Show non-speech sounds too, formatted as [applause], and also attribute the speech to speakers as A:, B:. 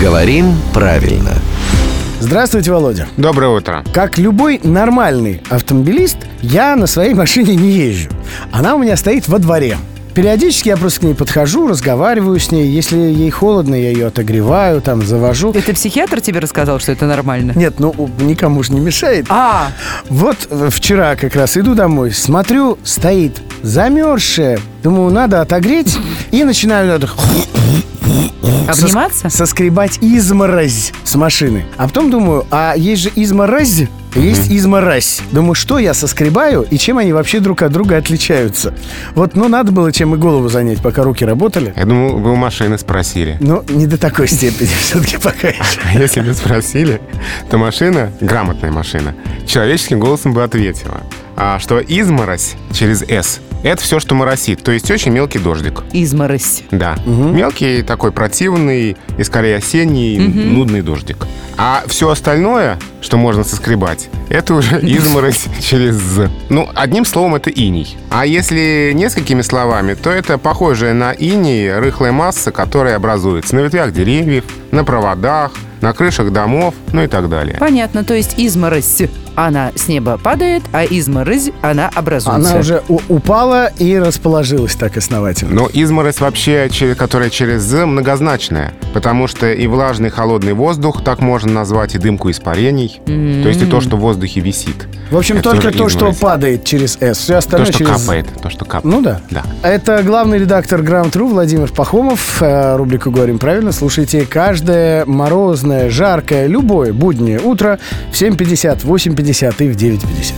A: Говорим правильно.
B: Здравствуйте, Володя.
C: Доброе утро.
B: Как любой нормальный автомобилист, я на своей [laughs] машине не езжу. Она у меня стоит во дворе. Периодически я просто к ней подхожу, разговариваю с ней. Если ей холодно, я ее отогреваю, там завожу.
D: Это психиатр тебе рассказал, что это нормально?
B: Нет, ну у- никому же не мешает.
D: А,
B: Вот э, вчера как раз иду домой, смотрю, стоит замерзшая. Думаю, надо отогреть. И начинаю надо сос-
D: обниматься?
B: соскребать изморозь с машины. А потом думаю, а есть же изморозь, есть изморозь. Думаю, что я соскребаю и чем они вообще друг от друга отличаются. Вот, ну, надо было чем и голову занять, пока руки работали.
C: Я думал, вы у машины спросили.
B: Но не до такой степени [laughs] все-таки пока еще.
C: А Если бы спросили, то машина, грамотная машина, человеческим голосом бы ответила, а, что изморозь через «с» — это все, что моросит, то есть очень мелкий дождик.
D: Изморозь.
C: Да. Мелкий, такой противный и скорее осенний, нудный дождик. А все остальное, что можно соскребать, это уже изморозь через «з». Ну, одним словом, это иней. А если несколькими словами, то это похожая на иней рыхлая масса, которая образуется на ветвях деревьев, на проводах, на крышах домов, ну и так далее.
D: Понятно, то есть изморозь, она с неба падает, а изморозь, она образуется.
B: Она уже у- упала и расположилась так основательно.
C: Но изморозь вообще, че- которая через «з», многозначная, потому что и влажный холодный воздух, так можно назвать, и дымку испарений, то есть и то, что в воздухе висит.
B: В общем,
C: Это
B: только
C: тоже
B: то, что
C: изморозь.
B: падает через «С». Все
C: То,
B: остальное
C: что
B: через...
C: капает, то, что капает.
B: Ну да.
C: Да.
B: Это главный редактор Грамм-Тру Владимир Пахомов. Э, Рубрику «Говорим правильно» слушайте каждое морозное, жаркое, любое буднее утро в 7.50, 8.50 и в 9.50.